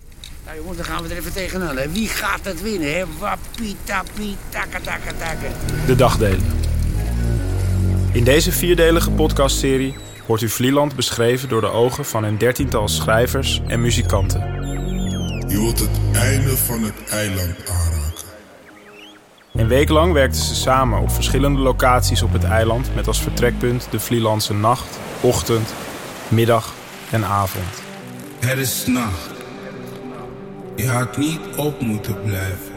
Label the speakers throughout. Speaker 1: Ja, Nou, jongens, dan gaan we er even tegenaan. Hè. Wie gaat het winnen, hè? Wappie, takka, takka, takka.
Speaker 2: De dagdelen. In deze vierdelige podcastserie hoort u Vlieland beschreven door de ogen van een dertiental schrijvers en muzikanten.
Speaker 3: Je wilt het einde van het eiland aanraken.
Speaker 2: Een week lang werkten ze samen op verschillende locaties op het eiland met als vertrekpunt de Vlielandse nacht, ochtend, middag en avond.
Speaker 3: Het is nacht. Je had niet op moeten blijven.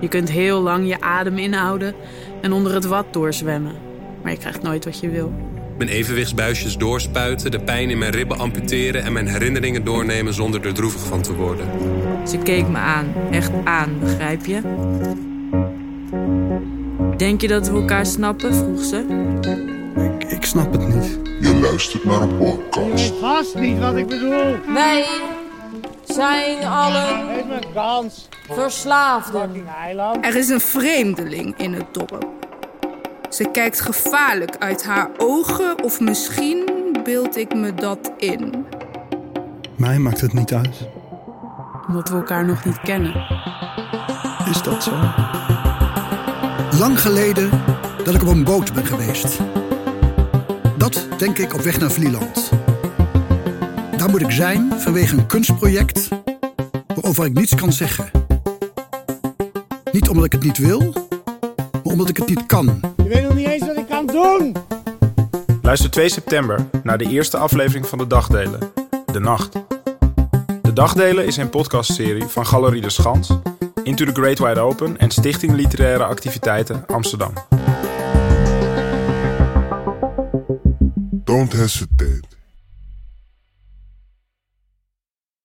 Speaker 4: Je kunt heel lang je adem inhouden en onder het wat doorzwemmen. Maar je krijgt nooit wat je wil.
Speaker 5: Mijn evenwichtsbuisjes doorspuiten, de pijn in mijn ribben amputeren en mijn herinneringen doornemen zonder er droevig van te worden.
Speaker 4: Ze keek me aan, echt aan, begrijp je? Denk je dat we elkaar snappen? vroeg ze.
Speaker 6: Ik, ik snap het niet.
Speaker 3: Je luistert naar een podcast.
Speaker 7: Vast niet wat ik bedoel.
Speaker 8: Wij zijn allen
Speaker 7: Geef me een kans.
Speaker 8: verslaafden.
Speaker 7: Fucking eiland.
Speaker 9: Er is een vreemdeling in het dorp. Ze kijkt gevaarlijk uit haar ogen, of misschien beeld ik me dat in.
Speaker 6: Mij maakt het niet uit.
Speaker 4: Omdat we elkaar nog niet kennen.
Speaker 6: Is dat zo?
Speaker 10: Lang geleden dat ik op een boot ben geweest. Dat denk ik op weg naar Vlieland. Daar moet ik zijn vanwege een kunstproject waarover ik niets kan zeggen. Niet omdat ik het niet wil, maar omdat ik het niet kan.
Speaker 7: Je weet nog niet eens wat ik kan doen.
Speaker 2: Luister 2 september naar de eerste aflevering van de Dagdelen, De Nacht. De Dagdelen is een podcastserie van Galerie de Schans, Into the Great Wide Open en Stichting Literaire Activiteiten Amsterdam.
Speaker 3: Don't hesitate.